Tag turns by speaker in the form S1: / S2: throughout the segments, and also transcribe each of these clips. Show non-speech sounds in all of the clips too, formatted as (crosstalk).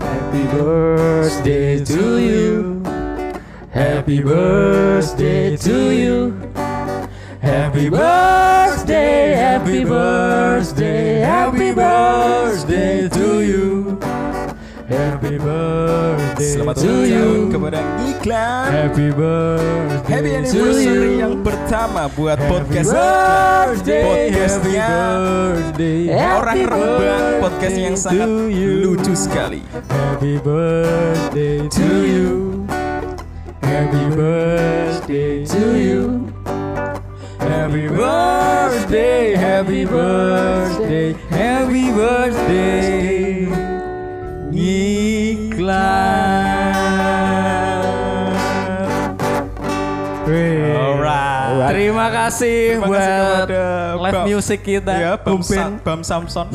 S1: Happy birthday to you. Happy birthday to you. Happy birthday, happy birthday, happy birthday to you. Happy birthday
S2: Selamat
S1: to
S2: ulang
S1: you.
S2: tahun kepada Iklan.
S1: Happy birthday
S2: Happy
S1: to you.
S2: anniversary yang pertama buat
S1: Happy
S2: podcast
S1: birthday,
S2: podcastnya
S1: happy birthday,
S2: Orang
S1: happy
S2: Rembang podcast yang
S1: birthday
S2: sangat
S1: to you.
S2: lucu sekali.
S1: Happy birthday to you. Happy birthday to you. Happy birthday, happy birthday, happy birthday. Iklan. Wih.
S2: Alright.
S3: Terima kasih
S2: Terima kasih
S3: buat
S2: kepada
S3: live
S2: Bam-
S3: music kita.
S2: Ya, Bam,
S3: Bumpen.
S2: Sam- Bam Samson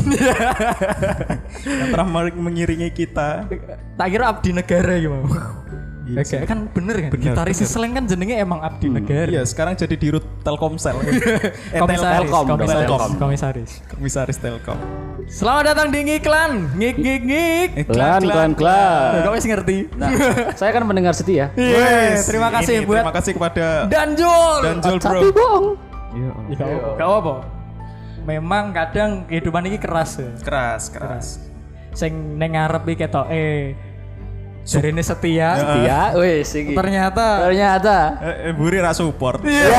S2: yang telah mer- mengiringi kita.
S3: Tak kira Abdi Negara ya mau.
S2: Oke.
S3: Kan bener kan?
S2: Bener,
S3: Gitaris
S2: bener.
S3: Slang kan jenenge emang Abdi Negara.
S2: Iya, sekarang jadi di Rut Telkomsel. Eh,
S3: Komisaris,
S2: Telkom,
S3: komisaris,
S2: Telkom.
S3: komisaris.
S2: Komisaris Telkom.
S3: Selamat datang di ngiklan, ngik ngik ngik.
S2: Eh,
S1: Klan, klan,
S3: Nah,
S1: klan.
S3: Kau wis ngerti.
S4: Nah, saya kan pendengar setia.
S3: (laughs) Yes, terima
S2: Ini,
S3: kasih
S2: Terima
S3: buat
S2: kasih kepada
S3: Danjol.
S2: Danjul Bro.
S4: Tapi bohong.
S3: Gak apa. Memang kadang kehidupan ini keras ya.
S2: Keras, keras.
S3: Sing neng ngarep iki ketoke jarine setia.
S4: Setia,
S1: Iya,
S4: wes iki.
S3: Ternyata
S4: Ternyata
S2: Eh, eh, Buri ra support. (laughs)
S3: Iya.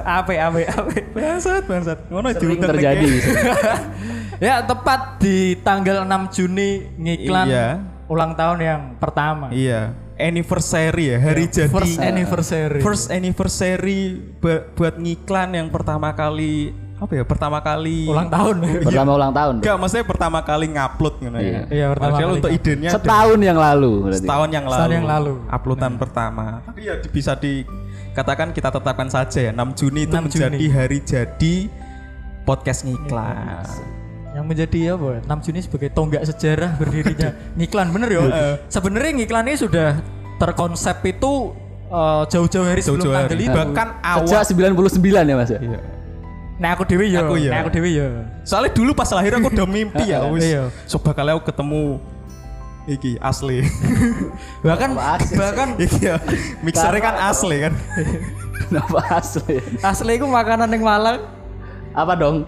S3: Ape ape ape.
S2: Bangsat, bangsat. Ngono
S4: sering
S2: diutek-utek.
S4: terjadi.
S3: (laughs) Ya tepat di tanggal 6 Juni ngiklan
S2: Iya.
S3: ulang tahun yang pertama.
S2: Iya. Anniversary ya, hari jadi.
S3: Iya, First anniversary.
S2: First anniversary bu- buat ngiklan yang pertama kali apa ya? Pertama kali
S3: ulang tahun.
S2: Iya.
S4: Pertama
S1: Iya.
S4: ulang tahun.
S2: Enggak, maksudnya pertama kali ngupload gitu ya.
S3: Iya, pertama
S2: Padahal
S3: kali
S2: untuk idenya ada
S4: Setahun yang lalu berarti.
S2: setahun yang lalu.
S3: Setahun yang lalu. Nah.
S2: Uploadan pertama. Tapi ya di- bisa dikatakan kita tetapkan saja ya 6 Juni itu
S3: 6 Juni.
S2: menjadi hari jadi podcast ngiklan.
S3: Iya. yang menjadi apa? 6 Juni sebagai tonggak sejarah
S2: (laughs)
S3: berdirinya ngiklan bener ya.
S2: Iya.
S3: Sebenarnya ngiklan ini sudah terkonsep itu eh, jauh-jauh hari sebelum
S2: Jauh-jauh
S3: tanggal
S2: hari.
S3: itu.
S2: Bahkan awal
S4: Sejak 99 ya Mas ya.
S3: Nah aku dewi ya,
S2: Aku ya.
S3: nah aku dewi ya.
S2: Soalnya dulu pas lahir aku udah mimpi
S3: (laughs)
S2: ya wis.
S3: Iya.
S2: So bakal aku ketemu iki asli.
S3: Bahkan
S2: (laughs)
S3: bahkan
S2: iki ya. Mixernya kan asli kan.
S4: Kenapa asli?
S3: asli itu makanan yang Malang
S4: Apa dong?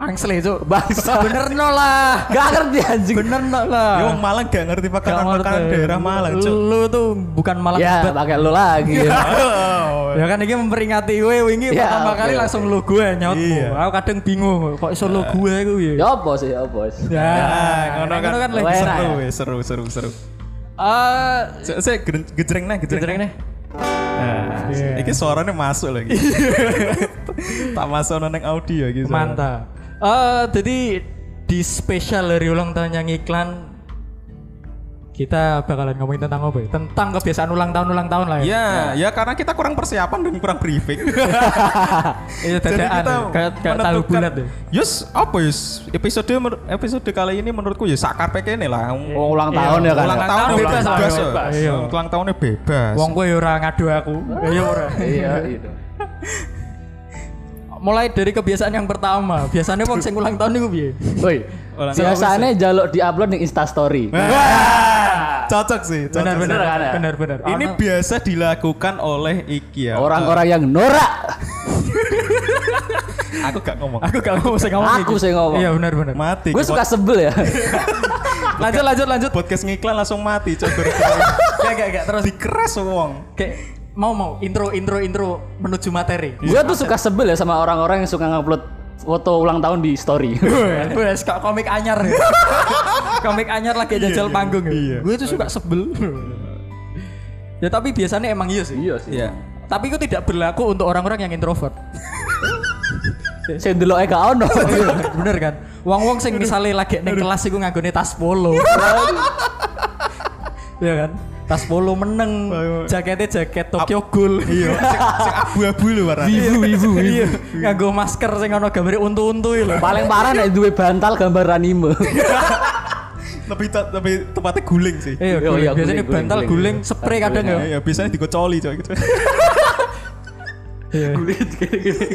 S3: angsle itu.
S4: Bangsa.
S3: Bener no lah.
S4: Gak ngerti anjing.
S3: Bener no lah.
S2: Ya wong Malang gak ngerti
S3: Ah. Gak ngerti. Uh.
S2: makanan-makanan Kan daerah Malang, Cuk.
S3: Lu tuh bukan Malang
S4: Ya,
S3: banget.
S4: pakai lu lagi.
S3: Ya kan ini memperingati gue wingi
S4: Ya,
S3: pertama
S4: oke,
S3: kali
S4: oke.
S3: langsung lu gue nyautmu.
S2: Iya.
S3: Aku kadang bingung kok iso lu gue aku ya.
S4: Ya apa sih, ya apa sih?
S3: Ya,
S2: Ah, ngono kan,
S3: lebih
S4: Lera
S3: seru.
S2: seru, wis, seru, seru, seru.
S3: Eh,
S2: Saya saya gejreng nah,
S3: jeneng
S2: gejreng nah.
S3: nih.
S2: Nah,
S3: Iya.
S2: Iki (laughs) suaranya masuk lagi. tak masuk nang audio iki. suara.
S3: Mantap. Eh, jadi di spesial dari ulang tahun yang iklan kita bakalan ngomongin tentang apa ya? Tentang kebiasaan ulang tahun ulang tahun lah ya.
S2: Ya, ya karena kita kurang persiapan dan kurang briefing.
S3: Iya,
S2: Jadi kita
S3: dadaan. ya. Kayak kayak tahu
S2: menentukan-
S3: bulat deh.
S2: Yus, apa yus? Episode mer- episode kali ini menurutku ya sakar ini lah.
S4: Wong ulang tahun ya kan.
S2: Ulang
S4: ya?
S2: tahun
S3: tahun
S2: Iya. bebas,
S3: bebas,
S2: bebas, ya.
S3: ayo, bebas. Iya.
S2: Ulang tahunnya bebas.
S3: Wong gue ora ngadu aku. Iya ora.
S4: Iya, iya.
S3: Mulai dari kebiasaan yang pertama. Biasanya wong sing ulang tahun niku piye?
S4: Woi,
S2: Ulang Iya. tahun
S4: biasanya jaluk di-upload ning Insta story.
S2: Wah, cocok sih. Cocok
S3: Benar
S2: sih.
S3: benar
S4: kan, ya?
S3: benar benar.
S2: Ini
S3: Ono-
S2: biasa dilakukan oleh Iki ya.
S4: Orang-orang yang norak.
S2: aku gak ngomong.
S3: Aku gak ngomong, saya ngomong.
S4: Aku
S3: iki.
S4: sing ngomong.
S3: Iya benar benar.
S2: mati.
S4: Gue suka sebel ya.
S3: Lanjut lanjut lanjut.
S2: podcast ngiklan langsung mati.
S3: (laughs)
S2: Coba
S3: Gak gak gak terus.
S2: dikeras wong.
S3: Kayak mau mau intro intro intro menuju materi.
S4: Gue tuh suka sebel ya sama orang-orang yang suka ngupload foto ulang tahun di
S2: (laughs)
S4: story.
S3: Wes kok komik anyar. ya. komik anyar lagi jajal panggung. ya?
S2: iya.
S3: Gue itu suka sebel. ya tapi biasanya emang iya sih.
S4: iya sih.
S2: Iya.
S3: Tapi itu tidak berlaku untuk orang-orang yang introvert.
S4: Saya dulu eka ono.
S3: (laughs) Bener kan? Wong-wong sing misalnya lagi neng kelas iku nganggone tas polo. Kan? Iya kan? Tas polo meneng, jaketnya jaket
S2: (laughs)
S3: Tokyo Ghoul. (laughs)
S2: Iya, sing- sing abu-abu lho warnanya.
S3: Wibu, wibu, wibu. Nganggo masker sing ono gambare untu-untu iki lho.
S4: Paling parah nek duwe bantal gambar anime.
S2: Tapi te- tapi tempatnya guling sih.
S3: Iya,
S4: Iya,
S3: guling.
S4: iya,
S3: biasanya
S4: guling,
S3: bantal
S4: guling,
S3: guling,
S4: guling.
S3: spray kadang ya. (laughs)
S2: Iya, biasanya dikocoli coy gitu.
S3: Iya.
S4: Kulit gini-gini.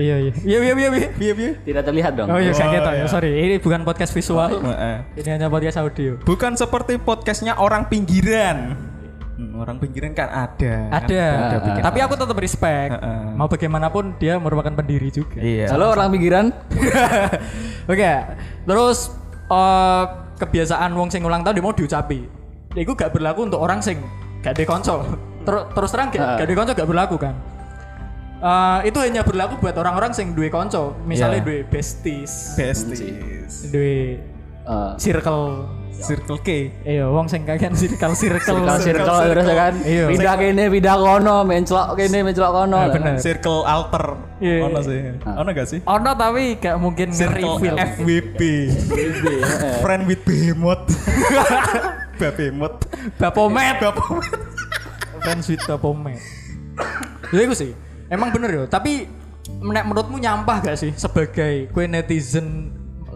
S1: Iya iya.
S3: Iya iya iya iya.
S2: Piye piye?
S4: Tidak terlihat dong.
S1: Oh iya
S2: Oh,
S1: kaget
S2: iya.
S1: ya. Sorry.
S3: Ini bukan podcast visual,
S2: Heeh.
S3: ini hanya podcast audio.
S2: Bukan seperti podcastnya orang pinggiran. Hmm, Orang pinggiran kan ada.
S3: Ada,
S2: Ada pikiran.
S3: tapi aku tetap respect.
S2: Heeh.
S3: Mau bagaimanapun dia merupakan pendiri juga.
S2: Iya.
S4: Halo orang pinggiran.
S3: (laughs) Oke, terus eh, kebiasaan wong sing ulang tahun dia mau diucapi. Ya, Iku gak berlaku untuk orang sing gak ada konsol. Ter- terus terang gak,
S4: Ah.
S3: gak ada konsol gak berlaku kan. Eh, itu hanya berlaku buat orang-orang sing duwe konco,
S2: Iya.
S3: misalnya duwe besties,
S2: Besties.
S3: duwe
S4: Eh,
S3: circle,
S2: Circle K.
S3: iya wong sing kagian (laughs) circle circle,
S4: Circle circle
S2: circle.
S4: terus ya kan.
S3: Iya.
S4: Pindah kene, pindah kono, mencelok kene, mencelok kono.
S3: Nah, bener.
S2: Circle alter.
S3: Iya,
S2: Ono
S3: iya.
S2: sih. Ono gak sih?
S3: Ono tapi gak mungkin
S2: Circle
S3: nge-reveal.
S2: FWB. Friend with behemoth. (laughs) Behemoth.
S3: Bapomet.
S2: Bapomet.
S3: Friends with Bapome. Ya itu sih. Emang bener ya, tapi nek menurutmu nyampah gak sih sebagai kue netizen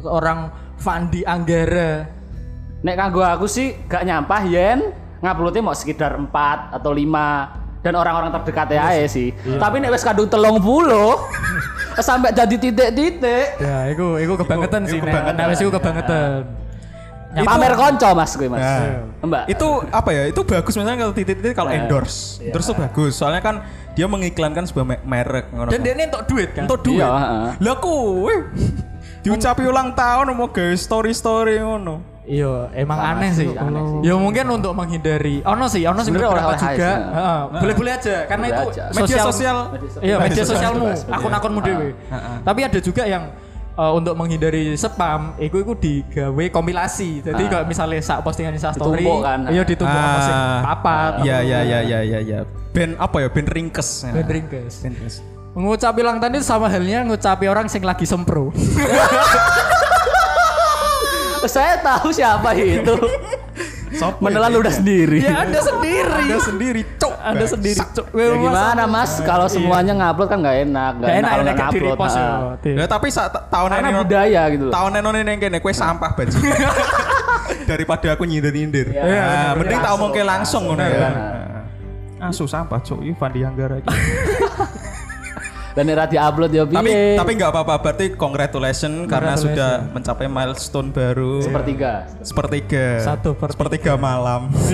S3: orang Fandi Anggara?
S4: Nek kanggo aku sih gak nyampah yen nguploadnya mau sekitar 4 atau 5 dan orang-orang terdekat ya ae sih. Tapi nek wis kadung 30 (laughs) sampai jadi titik-titik
S3: Ya, itu itu kebangetan
S2: Iku-
S3: sih.
S2: iku
S3: Nek
S2: kebangetan.
S3: nah, wis iku kebangetan. Nyampah.
S4: pamer konco Mas gue Mas.
S3: Iya.
S2: Nah.
S4: Mbak.
S2: itu apa ya itu bagus misalnya kalau titik-titik kalau endorse endorse tuh bagus soalnya kan dia mengiklankan sebuah me- merek ngono
S3: Dan dia ini untuk duit kan?
S2: untuk duit
S4: Iya, heeh.
S2: lah kowe diucapi ulang tahun mau gawe story story ngono
S3: Iya, emang aneh sih.
S4: aneh sih.
S3: Ya mungkin untuk menghindari. Ono sih, ono sih
S4: Sebenarnya
S3: beberapa juga.
S4: oleh-oleh aja.
S3: Heeh, Boleh-boleh aja karena
S4: Boleh
S3: itu
S4: aja.
S2: media sosial
S3: Iya media sosialmu,
S4: bebas, bebas.
S3: akun-akunmu dewe. Tapi ada juga yang eh, untuk menghindari spam, iku iku digawe kompilasi. Jadi
S4: Ah.
S3: kalau misalnya sak postingan Instastory,
S4: Ditumpuk kan.
S3: iya ah, ditumpuk apa sih? Papat.
S2: ya ya ya ya ya ya band apa ya band ringkes ya.
S3: Ben ringkes.
S2: Band ringkes
S3: Ngucapi ulang tahun itu sama halnya ngucapi orang sing lagi sempro.
S4: Saya tahu siapa itu.
S2: Sopo
S4: Menelan
S2: ya?
S4: ludah Iya, sendiri.
S3: ya Anda sendiri.
S2: Anda sendiri cok
S3: Anda sendiri. Cuk.
S4: Ya
S3: Memang
S4: gimana Mas kalau semuanya ngupload kan nggak enak, nggak
S3: Gak
S4: enak
S3: enak
S4: kalau
S3: enak
S4: nggak
S3: gak di
S4: ngupload.
S3: repost.
S4: nah.
S2: Ya, tapi saat tahun
S4: Karena budaya gitu loh.
S2: Tahun nenone neng kene kue sampah banget. Daripada aku nyindir-nyindir.
S4: Iya,
S2: Nah,
S4: bener.
S2: mending tak omongke langsung ngono
S4: Iya.
S2: ya. Nah. Asu sampah cuk, iki Fandi Anggara iki.
S4: Dan era upload ya
S2: tapi
S4: piye?
S2: tapi enggak apa-apa berarti congratulations karena sudah mencapai milestone baru.
S4: sepertiga.
S2: Sepertiga.
S3: Satu per
S2: sepertiga malam.
S3: Gue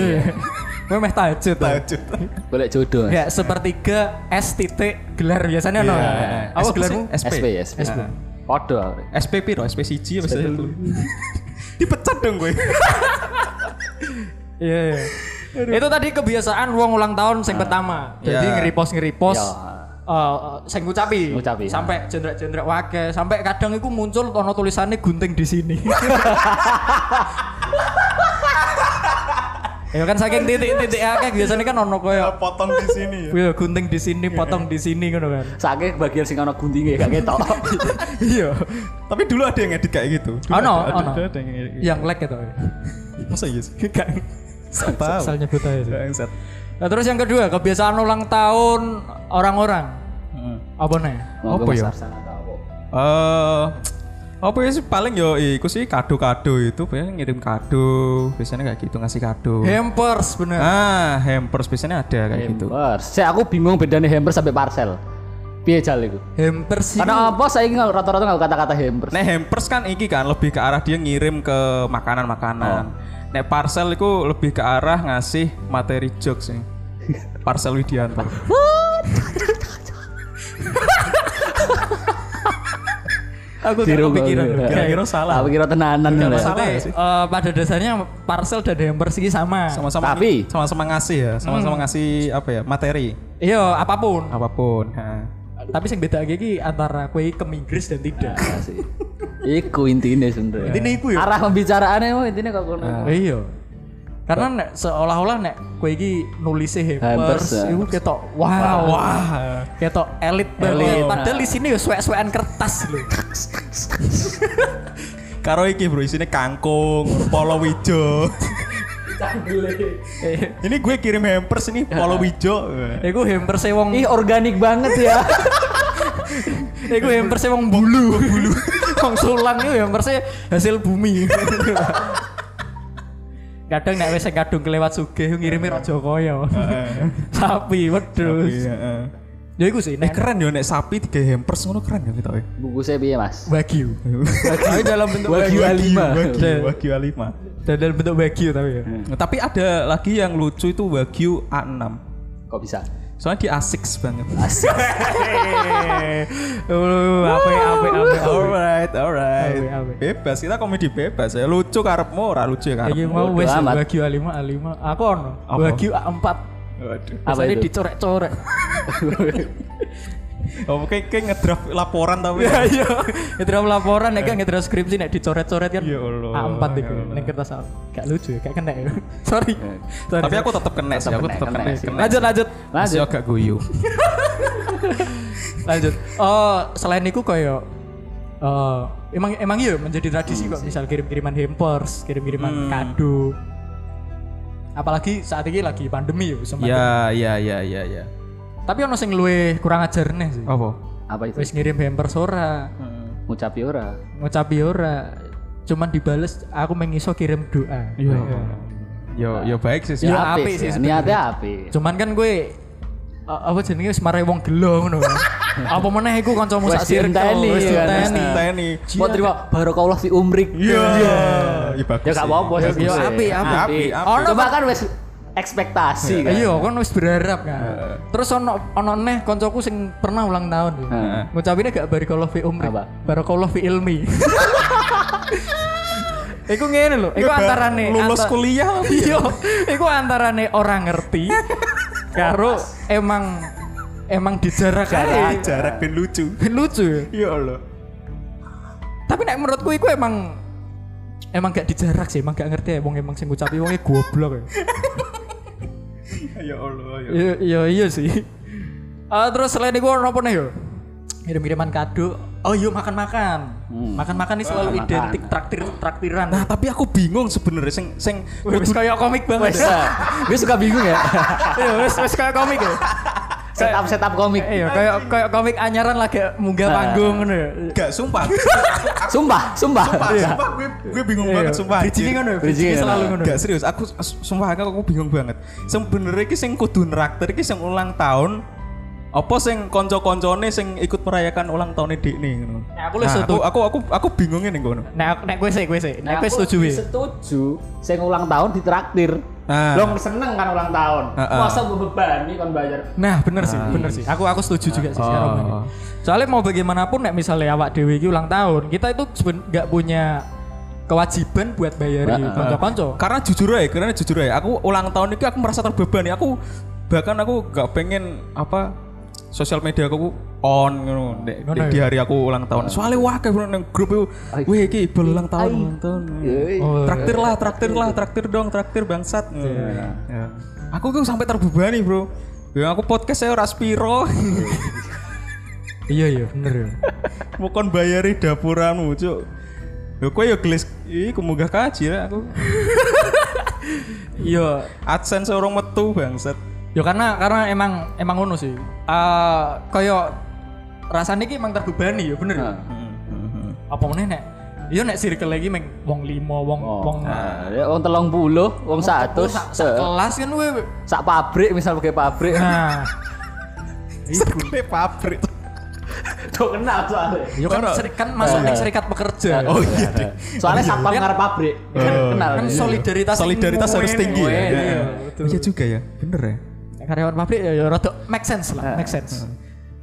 S3: Iya. meh tahajud. loh.
S2: Lanjut.
S4: Boleh jodoh. Mas.
S3: Ya sepertiga S titik gelar
S2: Iya.
S3: biasanya no. Apa gelarmu?
S4: SP ya, SP.
S3: SP.
S4: Podo. aku.
S2: SP piro? SP siji apa sih? (laughs) Dipecat dong gue.
S3: Iya. iya. Itu tadi kebiasaan wong ulang tahun yang pertama. Jadi
S2: Iya.
S3: nge-repost nge-repost
S4: Iya.
S3: eh, saya ngucapi,
S4: Ngucapi,
S3: sampai jendrak-jendrak wake, sampai kadang itu muncul ono tulisannya gunting di sini. ya kan saking titik-titik akeh biasanya kan ono koyo
S2: Potong di sini ya.
S3: "Wih, gunting di sini, potong di sini ngono kan.
S4: Saking bagian sing ana guntinge gak ketok.
S3: Iya.
S2: Tapi dulu ada yang edit kayak gitu. Dulu
S3: Ono,
S2: ada-
S3: ono.
S2: ada- ada yang edit.
S3: Yang lag gitu.
S2: Masa iya (laughs) sih?
S3: Gak
S2: Tahu.
S3: asal nyebut aja
S2: (laughs)
S3: sih.
S2: Bangsat.
S3: Nah, terus yang kedua, kebiasaan ulang tahun orang-orang. Apa nih?
S2: Apa
S4: Monggo Mas
S2: ya?
S4: Arsan atau apa?
S2: Eh, apa ya sih paling yo iku sih kado-kado itu biasanya ngirim kado, biasanya kayak gitu ngasih kado.
S3: Hampers bener.
S2: ah, hampers biasanya ada kayak gitu.
S4: Hampers. Saya aku bingung bedanya hampers sampai parcel. Piye jal iku?
S3: Hampers sih.
S4: Karena apa saya ini nggak- rata-rata nggak kata-kata hampers.
S2: Nek hampers kan iki kan lebih ke arah dia ngirim ke makanan-makanan. Nek parcel itu lebih ke arah ngasih materi jokes sih. Parcel Widianto.
S3: aku
S4: Di
S3: tidak
S4: rumah,
S3: kepikiran.
S4: iya.
S2: Kira-kira salah.
S4: Aku kira tenanan
S2: Nggak
S4: ya.
S2: masalah.
S3: Masalahnya
S2: sih?
S3: eh, pada dasarnya parcel dan hampers ini sama.
S2: Sama-sama
S4: Tapi-
S2: sama-sama ngasih ya, sama-sama ngasih apa ya? Materi
S3: Iya, apapun.
S2: apapun. Ha.
S3: Tapi yang beda lagi antara kue ke Inggris dan tidak.
S4: sih. Iku intinya sebenarnya.
S3: Intinya iku ya?
S4: Arah pembicaraannya mau intinya kok kono.
S3: Iya. Karena nek seolah-olah nek kue iki nulisnya
S4: Hampers,
S3: hampers,
S4: ya.
S3: itu ketok wow.
S2: Wah.
S3: Ketok elit
S4: Elit.
S3: banget. Padahal di sini ya suek-suekan kertas loh.
S2: Karo iki bro isinya kangkung, polo wijo. ini gue kirim hampers ini polo wijo.
S3: Iku hampers wong
S4: Ih organik banget ya.
S3: Ya, Iku hampersnya wong bulu, bulu. wong sulang itu hampersnya hasil bumi. Kadang nek wis sing kadung kelewat sugih ngirimi raja kaya. Sapi wedhus.
S2: Iya, eh.
S3: Ya iku sih.
S2: Eh
S3: nek-
S2: keren ya nek sapi tiga hampers ngono keren ya kita. eh.
S4: Bungkusnya piye, Mas?
S3: Wagyu.
S2: Tapi dalam bentuk
S3: Wagyu A5.
S2: Wagyu,
S3: Dan-
S2: wagyu A5.
S3: Dan dalam bentuk wagyu tapi ya.
S2: Nah, Tapi ada lagi yang lucu itu wagyu A6.
S4: Kok bisa?
S2: Soalnya dia asik banget.
S4: Asik.
S3: Uh, apa ya, apa ya, apa ya, apa ya.
S2: Alright, alright.
S3: Awe, awe.
S2: Bebas, kita komedi bebas ya. Lucu karepmu, ora lucu ya
S3: Iki
S2: karepmu.
S3: mau
S4: Bodo
S3: wes ya,
S4: amat.
S3: wagyu A5 A5. Aku ono.
S2: Apa?
S3: Wagyu A4.
S2: Waduh.
S4: Apa
S3: Biasanya
S4: itu?
S3: dicorek-corek.
S2: Oh, kayak kayak ngedraft laporan (laughs) tapi.
S3: Ya iya. Ngedram laporan nek kan ngedram skripsi nek dicoret-coret kan.
S2: Ya Allah,
S3: A4 iku
S2: ya Allah.
S3: ning kertas A. Gak lucu ya, gak kena ya. (laughs) Sorry. Sorry.
S2: Tapi aku tetap kena sih, aku tetap kena.
S4: sih.
S2: kena.
S3: lanjut lanjut.
S2: Masih
S4: Lanjut.
S2: agak guyu.
S3: lanjut oh selain itu kayak eh, emang emang iya menjadi tradisi
S2: Hmm,
S3: kok misal kirim kiriman hampers kirim kiriman kado apalagi saat ini lagi pandemi ya sempat
S2: Ya, ya, ya, ya, ya.
S3: tapi ono sing luwe kurang ajar nih sih
S2: Apa?
S4: Apa itu?
S3: wis ngirim hampers ora
S2: Hmm.
S4: Ngucapi ora.
S3: ngocapi ora cuman dibales aku mengiso kirim doa
S2: Yo. Yo, yo baik sih. sih.
S3: Ya,
S4: apik
S3: apik sih
S4: ya.
S3: sebenarnya.
S4: Niatnya apik.
S3: cuman kan gue eh, apa jenenge wis mare wong gelo (laughs) ngono apa meneh iku kancamu
S4: Wes
S3: sak circle
S4: dienteni,
S3: wis
S4: ya kan,
S2: Wes
S3: ditenteni.
S2: ditenteni.
S4: Mau terima barokallah fi umrik.
S2: Iya. Ya bagus.
S4: Ya gak
S2: sih.
S4: apa-apa
S2: Ya,
S3: ya,
S4: sih. Gus.
S3: apik, apik.
S4: Apik.
S2: Apik, apik.
S4: Coba kan wes ekspektasi kan.
S3: Iya, kan wis berharap kan. Terus ono ono neh koncoku sing pernah ulang tahun. ya.
S2: Nah.
S4: Heeh.
S3: Ngucapinnya gak barakallah fi umri.
S4: Apa?
S3: Barakallah fi ilmi. (laughs) Iku ngene lho, iku
S2: Ya, bar-
S3: antarane
S2: lulus
S3: antar-
S2: kuliah.
S3: Iya, iku antarane orang (laughs) ngerti karo emang emang dijarak
S2: Jarak,
S3: ae.
S2: jarak ben lucu.
S3: (laughs) Lucu. ya.
S2: Ya Allah.
S3: Tapi nek menurutku iku emang emang gak dijarak sih, emang gak ngerti ya wong emang sing ngucapi wonge goblok ya.
S2: Ya Allah, ya.
S3: (laughs) Iya iya iya sih. Ah, terus selain itu ono apa nih yo? Ngirim-ngiriman kado. Oh iya makan-makan. Hmm. Makan-makan ini selalu
S4: Makan.
S3: identik traktir traktiran.
S2: Nah, tapi aku bingung sebenarnya sing sing
S3: wis kayak komik banget.
S4: Wes. Gue suka bingung ya.
S3: (laughs) Iya, wis wis kayak komik ya.
S4: Setup setup komik.
S3: Iya, kayak kayak komik anyaran lagi munggah
S4: Nah.
S3: panggung ngono ya.
S2: gak sumpah.
S4: Sumpah, sumpah.
S2: sumpah, sumpah gue gue bingung banget sumpah.
S3: Bridging
S2: anjir.
S3: ngono, ya, bridging
S4: Bridging Iya. ngono.
S3: selalu ngono.
S2: Gak serius, aku s- sumpah aku, aku bingung banget. Sebenarnya iki sing kudu nraktir iki sing ulang tahun apa sing konco-koncone sing ikut merayakan ulang tahunnya Dekne ngono.
S3: Nah, aku lu setu-
S2: aku, aku aku aku bingungnya nih ngono.
S3: Nah, nek gue sih, gue sih.
S4: Nah,
S3: Nek gue setuju ya.
S4: Setuju. Saya ulang tahun ditraktir.
S3: Nah.
S2: Ah.
S4: Long seneng kan ulang tahun.
S2: Ah, ah.
S4: Masa bebebani kan bayar.
S3: Nah, bener sih, bener sih. Aku aku setuju juga sih sekarang.
S2: Oh.
S3: Bang. Soalnya mau bagaimanapun nek misalnya awak dewi iki ulang tahun, kita itu seben- nggak punya kewajiban buat bayar
S4: Heeh.
S3: konco-konco.
S2: Karena jujur aja, karena jujur aja, aku ulang tahun ini aku merasa terbebani. Aku bahkan aku gak pengen apa sosial media aku on ngono Dek-
S3: Ngono
S2: dek-
S3: ya?
S2: di hari aku ulang tahun. Soalnya wah kayak bener nang grup itu, wih iki Iqbal ulang tahun, ulang tahun.
S3: Oh,
S2: Traktir lah, traktir lah, traktir dong, traktir bangsat.
S3: Iya.
S2: Ya. Aku tuh sampai terbebani, Bro. Ya aku podcast saya ora spiro. (laughs)
S3: Iya iya bener ya.
S2: Mukon bayari dapuranmu, Cuk. Ya kowe ya gelis iki munggah kaji lah aku.
S3: (laughs) Iya.
S2: AdSense orang metu bangsat.
S3: Ya karena karena emang emang ngono sih. Eh kayak rasanya ki emang terbebani ya bener. ya. Apa meneh nek Iya nek circle lagi meng wong
S1: Oh.
S3: limo, wong wong
S4: Nah, ya, wong telung puluh, wong satu,
S3: sak sak kelas kan we.
S4: sak pabrik misal pakai pabrik, (laughs)
S3: Nah,
S2: Sekle pabrik.
S4: tuh kenal soalnya.
S3: yo kan,
S2: Ono.
S3: seri- kan masuk ning serikat pekerja.
S2: Oh iya.
S4: Soalnya satpam ngarep pabrik, kan kenal.
S3: kan
S4: Iya.
S3: solidaritas
S2: Solidaritas
S3: ilmu,
S2: harus
S3: ya.
S2: tinggi ya.
S4: Iya,
S2: Iya,
S3: iya, betul.
S2: Iya juga ya. Bener ya.
S3: Nek karyawan pabrik ya ya rada make sense lah, make sense.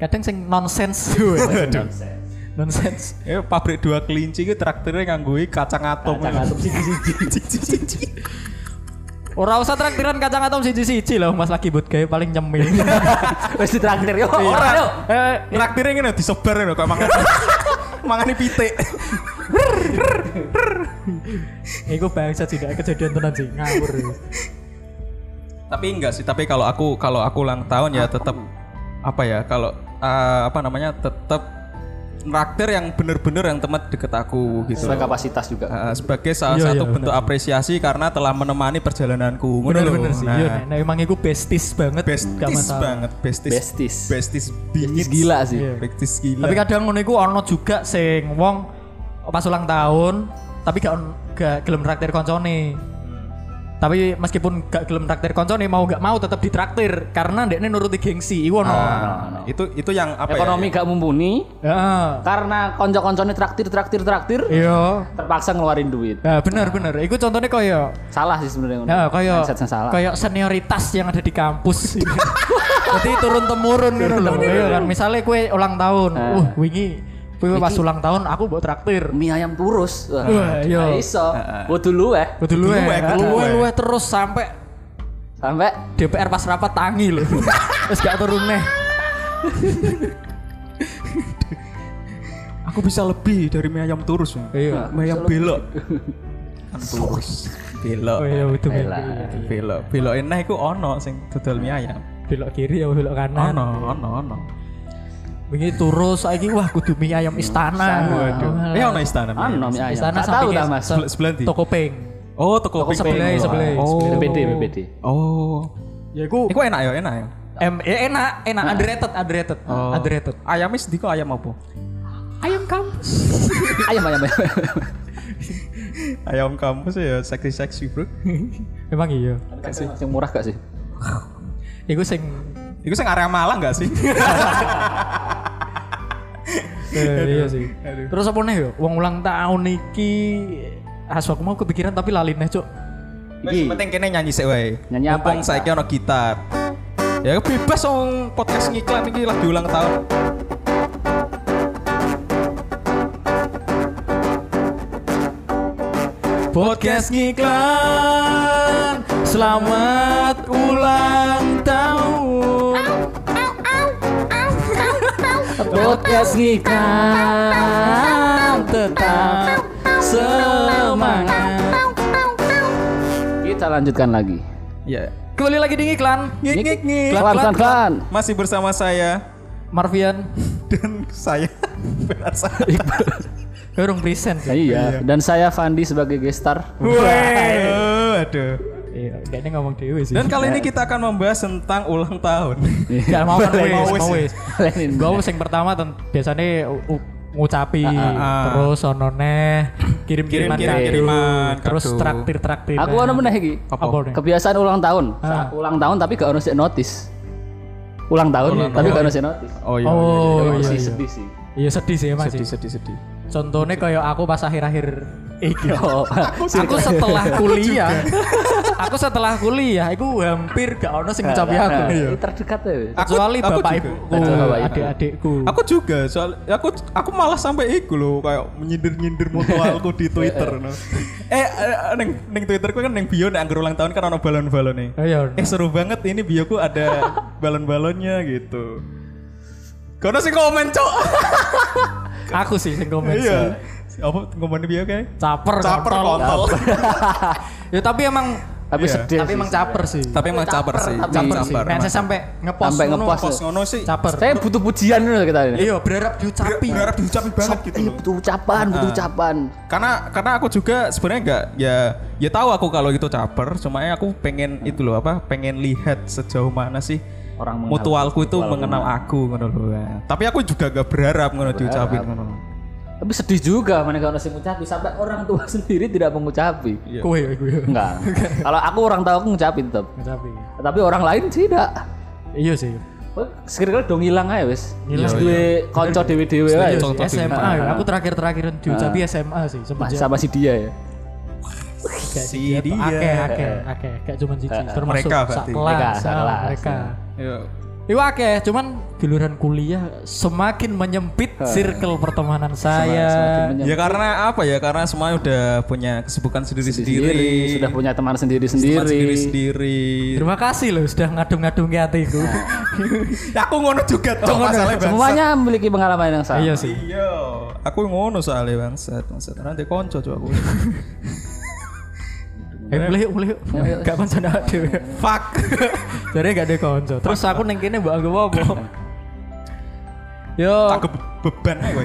S3: Kadang sing nonsense (laughs) juga. nonsense.
S2: Ya pabrik dua kelinci itu traktirnya nganggui kacang atom.
S4: Kacang atom siji-siji.
S2: siji-siji.
S3: Ora usah traktiran kacang atom siji-siji lah Mas lagi buat gaya paling nyemil.
S4: Wes ditraktir yo.
S3: Iya.
S4: Ora
S2: Ora
S4: yo.
S2: Eh, (laughs) traktirnya ngene disebar ngene kok
S3: (laughs)
S2: mangan. Mangani pitik.
S3: Iku bangsa sih nggak kejadian tenan sih ngawur.
S2: tapi enggak sih, tapi kalau aku kalau aku ulang tahun ya tetap apa ya kalau eh, apa namanya tetap traktir yang bener-bener yang teman deket aku gitu.
S4: Sesuai kapasitas juga.
S2: Eh, sebagai salah
S3: Iya,
S2: satu
S3: iya,
S2: bentuk apresiasi karena telah menemani perjalananku. Ngono lho.
S3: Bener-bener sih.
S2: Nah,
S3: Iya, nek- nek emang iku besties banget. nggak
S2: bestis
S3: masalah.
S2: banget, bestis.
S4: Besties.
S2: Bestis
S4: Ini
S2: bingits.
S4: gila sih.
S3: Iya.
S2: Bestis gila.
S3: Tapi kadang ngono iku ono juga sing wong pas ulang tahun tapi gak on- gak gelem traktir koncone. Tapi meskipun gak gelem traktir koncone mau gak mau tetap ditraktir karena ndekne nuruti gengsi iku ono.
S2: Nah, itu itu yang apa
S4: Ekonomi
S2: ya?
S4: gak mumpuni
S3: Heeh.
S4: karena konco-koncone traktir traktir traktir
S3: Iya.
S4: terpaksa ngeluarin duit.
S3: Nah, bener bener. Iku contohnya koyo
S4: Salah sih sebenarnya.
S3: Nah, koyo
S4: Mindset-nya salah.
S3: koyo senioritas yang ada di kampus. Jadi turun temurun gitu loh. Iya kan, misalnya kue ulang tahun.
S4: Eh.
S3: Uh, wingi kue pas ulang tahun aku mbok traktir.
S4: Mie ayam turus.
S3: Wah, iya.
S4: Gak iso. Gua dulu eh.
S3: Kudu luwe,
S2: Luwe, kudu luwe.
S3: ya. luwe, luwe terus sampai
S4: Sampai
S3: DPR pas rapat tangi (laughs) loh. Terus gak turun neh.
S2: Aku bisa lebih dari mie ayam turus. ya.
S3: Iya.
S2: Mie ayam belok. Kan turus.
S3: Oh
S2: Belok.
S3: iya betul.
S4: Ayolah.
S2: Belok. Belok enak iku ono sing dodol mie ayam.
S3: Belok kiri ya belok kanan.
S2: Ono, ono, ono.
S3: Wingi turus saiki wah kudu mie ayam istana.
S2: Waduh. Eh ono istana. mie ayam.
S4: Ano Anu, mie ayam.
S3: Istana
S4: Gak tahu
S3: sampingnya
S4: lah mas.
S2: Sebelah sebelah ndi?
S3: Toko peng.
S2: Oh, toko
S4: Toko
S2: pink.
S3: Sebelah,
S4: Wah.
S3: sebelah.
S2: Oh.
S4: BPD, BPD.
S2: Oh.
S3: Ya iku
S2: Iku enak ya, enak ya.
S3: em ya enak, enak underrated, underrated, underrated.
S2: Ayamnya sedih kok ayam apa?
S3: Ayam kampus.
S4: Ayam, ayam, ayam.
S2: Ayam kampus ya seksi-seksi, Bro.
S3: Emang iya.
S4: Yang murah gak sih?
S3: Iku sing
S2: Iku sing area Malang gak sih? (laughs)
S3: eh, (laughs) iya sih. Terus apa nih yo? Wong ulang tahun iki asu aku mau kepikiran tapi lali neh, Cuk.
S2: Wes penting kene nyanyi sik wae.
S4: Nyanyi apa,
S2: Mumpung
S4: Ika?
S2: saiki ono gitar. Ya bebas wong podcast ngiklan iki lagi ulang tahun. Podcast ngiklan. Selamat ulang tahun.
S4: Podcast ngikam tetap semangat. Kita lanjutkan lagi.
S2: Ya.
S3: Kembali lagi di iklan.
S2: Ngik ngik ngik.
S4: Pelan, pelan, pelan.
S2: Masih bersama saya
S3: Marvian.
S2: dan (laughs) saya Berasa.
S3: Urung present.
S4: Nah, iya. Dan saya Fandi sebagai gestar.
S2: Wih, aduh.
S3: Iya, ini ngomong dewe sih.
S2: Dan kali ini kita akan membahas tentang ulang tahun.
S3: (laughs) Gak mau kan
S2: Boleh,
S3: wis,
S2: mau
S3: mau
S2: wis.
S3: wis. Gua wis yang pertama ten, biasanya u- u- ngucapi
S2: Ah,
S3: terus ono neh kirim-kiriman
S2: Kirim-kirim,
S3: kado,
S2: kiriman
S3: terus
S2: kado.
S3: traktir-traktir.
S4: Aku ono meneh iki.
S3: apa nih?
S4: Kebiasaan ulang tahun.
S3: Ah.
S4: Saat ulang tahun tapi gak ono sik notice. Ulang tahun tapi gak ono sik notice.
S2: (laughs) Oh iya.
S3: Oh iya
S4: Yo, sih,
S3: iya.
S4: sedih sih.
S3: Iya sedih sih emang sih.
S2: Sedih sedih sedih.
S3: Contohnya kayak aku pas akhir-akhir iki.
S4: Oh,
S3: (laughs) aku setelah kuliah. (laughs) aku setelah kuliah, aku hampir gak ono sing ngucapi aku. iya.
S4: Ini terdekat ya. wes.
S3: Kecuali
S2: aku
S3: bapak
S2: juga.
S3: ibuku,
S4: Kecuali Ah, bapak ibu.
S3: adik-adikku.
S2: Aku juga soal aku aku malah sampai iku loh kayak menyindir-nyindir (laughs) mutualku di Twitter. no. (laughs) Eh eh, neng neng Twitterku kan neng bio neng anggur ulang tahun kan ono balon-balon nih.
S3: Ayo.
S2: Eh seru banget ini bioku (laughs) ada balon-balonnya gitu. Kau sih komen cok.
S3: Aku sih yang komen sih.
S2: Iya. Apa komen bio kayak?
S3: Caper,
S2: Caper
S3: kontol.
S2: kontol.
S3: Ya tapi emang
S4: Tapi
S2: Iya.
S4: sedih.
S3: tapi
S4: sih.
S3: emang caper sih.
S2: Tapi emang caper sih. Iya,
S4: tapi
S2: Caper
S3: Caper sih.
S2: caper.
S3: Nek saya sampai ngepost
S4: Sampai
S3: ngono,
S4: ngepost.
S2: Pos ngono sih.
S3: Caper.
S4: Saya butuh pujian dulu kita ini.
S3: Iya, kan berharap diucapi.
S2: Berharap diucapin banget gitu.
S4: Iya,
S2: loh.
S4: butuh ucapan, butuh
S3: Ah.
S4: ucapan.
S2: karena karena aku juga sebenarnya nggak ya ya tahu aku kalau itu caper cuma ya aku pengen itu loh apa pengen lihat sejauh mana sih
S4: Orang mengenal-
S2: mutualku itu
S4: mutual
S2: mengenal aku ngono loh ya. tapi aku juga gak berharap ngono diucapin ngono
S4: Tapi sedih juga mana kalau sing ngucapi sampai orang tua (laughs) sendiri tidak mengucapi.
S3: Kowe ya, kowe. (laughs)
S4: Enggak. kalau aku orang tua aku ngucapin tetap.
S3: Ngecapi.
S4: Tapi orang lain tidak.
S3: Iya sih.
S4: Oh, Sekiranya dong hilang aja wes.
S3: Ngilang.
S4: Wis duwe kanca dhewe-dhewe
S3: Iya
S4: ae.
S3: sih,
S2: contoh sih.
S3: SMA. ya. Aku terakhir-terakhir diucapi SMA sih semenjak
S4: Sama si dia ya.
S2: si
S3: akeh
S2: dia Eh.
S3: akeh akeh kayak cuman cici termasuk
S2: Mereka
S3: sak
S2: berarti.
S3: kelas,
S4: Mereka,
S3: ah,
S4: kelas.
S3: mereka.
S2: Iya.
S3: Iya akeh, cuman giliran kuliah semakin menyempit circle pertemanan saya.
S2: ya karena apa ya karena semua udah punya kesibukan sendiri-sendiri
S4: sudah punya teman
S2: teman
S4: sendiri-sendiri.
S2: sendiri-sendiri
S3: Terima kasih loh sudah ngadung-ngadung ke hatiku.
S2: Ya, aku ngono juga cok masalahnya bangsa.
S4: Semuanya memiliki pengalaman yang sama.
S3: Iya sih.
S2: Iya, aku ngono soalnya bangsat, bangsat. Nanti konco coba aku.
S3: Eh, boleh, boleh. Gak konco ndak dhewe.
S2: Fuck.
S3: Jadi gak ada konco. Terus aku neng kene mbok anggap apa? Yo,
S2: Aku be- beban aja gue.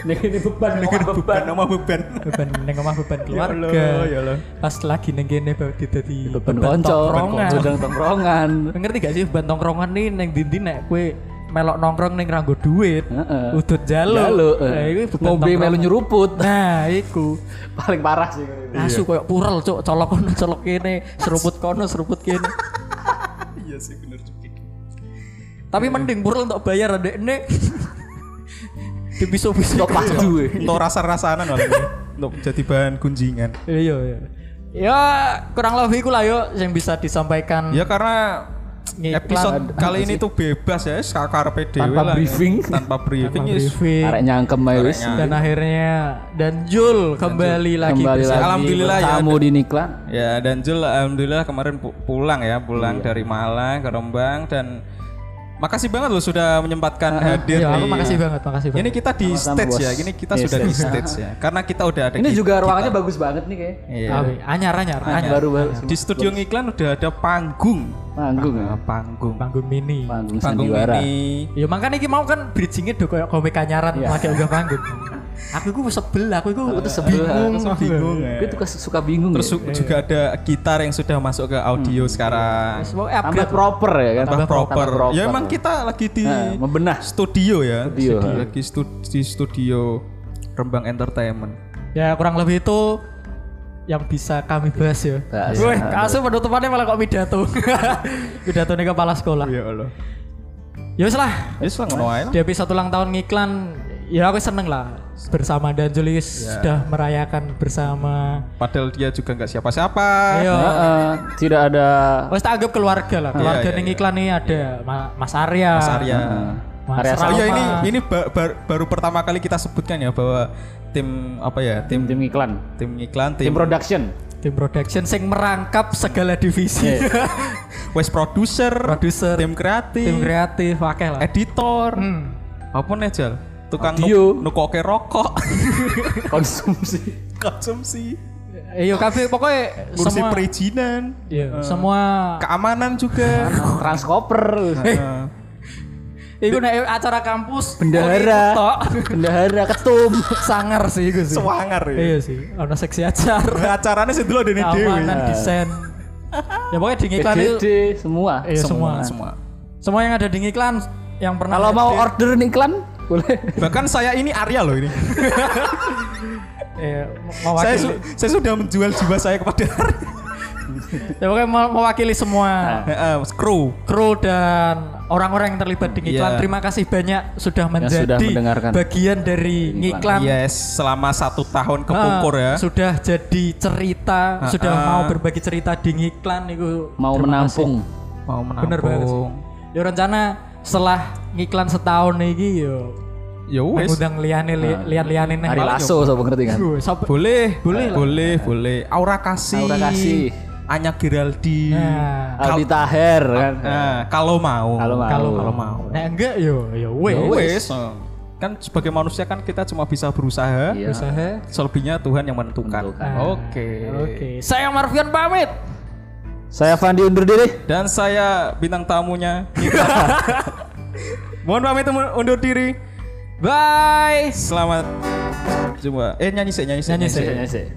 S4: Ini beban,
S2: Beban, beban, nama beban.
S3: beban neng omah beban keluarga.
S2: Allah, ya Allah.
S3: Pas lagi neng kene baru dadi
S4: beban konco,
S3: tongkrongan.
S4: beban tongkrongan.
S3: Ngerti gak sih beban tongkrongan nih neng dindi nek kue melok nongkrong ning ranggo duit,
S4: Heeh.
S3: udut jaluk.
S4: Jaluk, eh.
S3: Nah, iku bukan
S4: Ngombe
S3: nongkrong.
S4: melu nyeruput.
S3: Nah, iku.
S4: Paling parah sih. kalau ini.
S3: Asu koyo purel, cuk, colok kono, colok kene, seruput kono, seruput kene.
S2: Iya sih bener juga.
S3: Tapi mending purel untuk bayar ndekne. Dibiso-biso
S4: Tok padu. eh.
S2: Untuk rasa-rasanan malah ya. Untuk jadi bahan gunjingan.
S3: Iya, iya. Ya, kurang lebih iku lah yo yang bisa disampaikan.
S2: Ya karena
S3: Ngiklan.
S2: episode kali ini tuh bebas ya, kakar PDW
S4: Tanpa
S2: lah ya.
S4: briefing.
S2: Tanpa briefing.
S3: Bang
S2: yes.
S3: Rifki.
S4: Arek nyangkem ae wis.
S2: Iya. Arek
S3: dan akhirnya dan Jul kembali lagi
S4: Kembali
S3: bersama-
S4: lagi.
S2: Alhamdulillah ya.
S4: Kamu di Niklan.
S2: Ya dan Jul alhamdulillah kemarin pu- pulang ya,
S4: Iya.
S2: pulang dari Malang ke Rembang dan makasih banget loh sudah menyempatkan
S4: Ah,
S2: hadir.
S3: Iya, aku
S2: nih.
S3: makasih banget, makasih banget.
S2: Ini kita di stage
S4: bos.
S2: ya, ini kita
S4: Iya,
S2: sudah di
S4: stage.
S2: stage ya. Karena kita udah ada
S4: Ini
S2: kita-
S4: juga ruangannya bagus banget nih kayak.
S2: Iya.
S3: Ah, weh, anyar anyar anyar.
S4: Baru-baru
S2: Di studio ngiklan udah ada panggung.
S4: manggung ya.
S2: Nah, panggung.
S3: Panggung mini.
S4: Panggung
S2: Panggung
S4: sandiwara.
S2: ini.
S3: Ya makanya iki mau kan bridgingnya do koyo komik anyaran lagi unggah panggung. aku iku sebel, aku iku
S4: Iya. Aku tuh sebel.
S2: Bingung, bingung ya.
S4: Gue tuh suka bingung
S2: Terus
S4: ya.
S2: su- juga ada gitar yang sudah masuk ke audio sekarang.
S3: Semoga
S4: Tambah
S3: eh, upgrade
S4: proper ya kan.
S2: Tambah proper.
S4: proper.
S2: Ya emang kita lagi di
S4: Nah, membenah.
S2: studio ya.
S4: Studio.
S2: Lagi stu- di studio Rembang Entertainment.
S3: Ya kurang lebih itu yang bisa kami bahas ya.
S2: Nah,
S4: Bahas.
S2: iya.
S3: Wih, kasus penutupannya malah kok pidato. (laughs) pidato nih kepala sekolah.
S2: Ya Allah.
S3: Ya wis lah,
S2: Wis lah ngono ae lah.
S3: di episode ulang tahun ngiklan ya aku seneng lah bersama dan Julius
S2: Ya.
S3: sudah merayakan bersama
S2: Padahal dia juga nggak siapa-siapa.
S3: ayo
S4: Heeh, tidak ada
S3: wis tak anggap keluarga lah keluarga
S2: Iya, iya,
S3: ning iklan ini ada Ma- Mas Arya
S2: Mas Arya.
S3: Mas
S4: Arya
S2: Oh ya
S3: Rama.
S2: ini ini ba- bar- baru pertama kali kita sebutkan ya bahwa tim apa ya? Tim
S4: tim iklan.
S2: tim iklan, tim,
S4: Tim production.
S3: tim production sing merangkap segala divisi
S2: Iya. wes produser,
S3: Produser.
S2: tim kreatif,
S3: (laughs) tim kreatif wakil lah
S2: Eh. editor.
S3: Hmm.
S2: Apa nih Jal? Tukang
S4: Audio.
S2: nuk- nukoke rokok. (laughs)
S4: Konsumsi.
S2: Konsumsi.
S3: iya kabeh pokoknya
S2: Ngurusi
S3: semua
S2: perizinan.
S3: iya,
S2: Eh.
S3: semua Eh,
S2: Keamanan juga.
S4: Transkoper.
S2: (laughs)
S3: Ya iku nek acara kampus oh,
S4: Bendahara.
S3: iku tok. (laughs)
S4: Bendahara ketum.
S3: sangar sih iku sih
S2: Sewangar ya.
S3: iya sih ono seksi acara
S2: Acaranya sih dulu ada nih Dewi. Iya,
S3: keamanan desain ya pokoknya di iklan itu
S4: PDD semua.
S3: iya, semua
S2: Semua.
S3: semua yang ada di iklan yang pernah
S4: Kalau mau order nih iklan boleh.
S2: Bahkan saya ini Arya loh ini.
S3: Iya, mau-
S2: saya,
S3: mewakili
S2: su- saya sudah menjual jiwa saya kepada Arya.
S3: ya pokoknya mau- mewakili semua
S2: Heeh, kru.
S3: kru dan orang-orang yang terlibat di iklan
S2: Iya.
S3: terima kasih banyak sudah menjadi
S4: sudah mendengarkan.
S3: bagian dari iklan
S2: Yes, selama satu tahun kepungkur ya.
S3: Ah. sudah jadi cerita sudah mau berbagi cerita di iklan itu
S4: Mau menampung.
S2: Mau menampung.
S3: bener banget sih. ya rencana setelah ngiklan setahun ini yo
S2: Ya wes.
S3: ngundang liane li- lian liane nih
S4: Ari Lasso sama ngerti kan.
S3: Yo, sob-
S2: Boleh, boleh, boleh, boleh. Aura kasih.
S4: Aura Kasih.
S2: Anya Giraldi.
S3: Nah,
S2: Hmm.
S4: Aldi Taher kan.
S2: Nah, kalau mau.
S4: Kalau mau.
S3: kalau
S2: Kalau mau.
S3: Nah enggak yo yo wes.
S2: Ya wes. Kan sebagai manusia kan kita cuma bisa berusaha.
S4: Iya.
S3: Usaha.
S2: Selebihnya Tuhan yang menentukan.
S4: Menentukan.
S2: Oke.
S3: Oke. Saya Marvian pamit.
S4: Saya Fandi undur diri.
S2: Dan saya bintang tamunya. (laughs) Mohon pamit teman- undur diri. Bye. Selamat jumpa. Eh nyanyi sih, nyanyi sih.
S3: Nyanyi Ya, sih.
S4: Saya saya.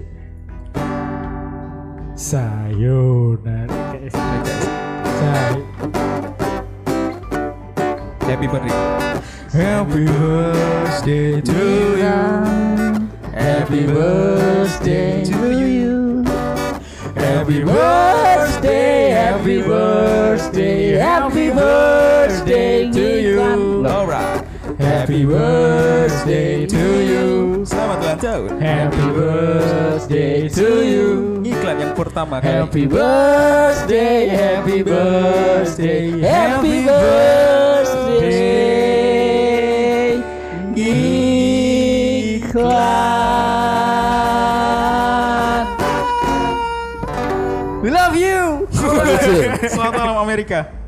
S3: Sayonara. Say
S2: Happy birthday.
S1: Happy birthday to you. Happy birthday to you. Happy birthday, happy birthday, happy birthday to you.
S2: Alright.
S1: Happy birthday to you.
S2: Selamat ulang tahun.
S1: Happy birthday to you.
S2: Iklan yang pertama kali.
S1: Happy birthday, happy birthday, happy birthday. Iklan.
S3: We love you.
S2: Selamat malam Amerika.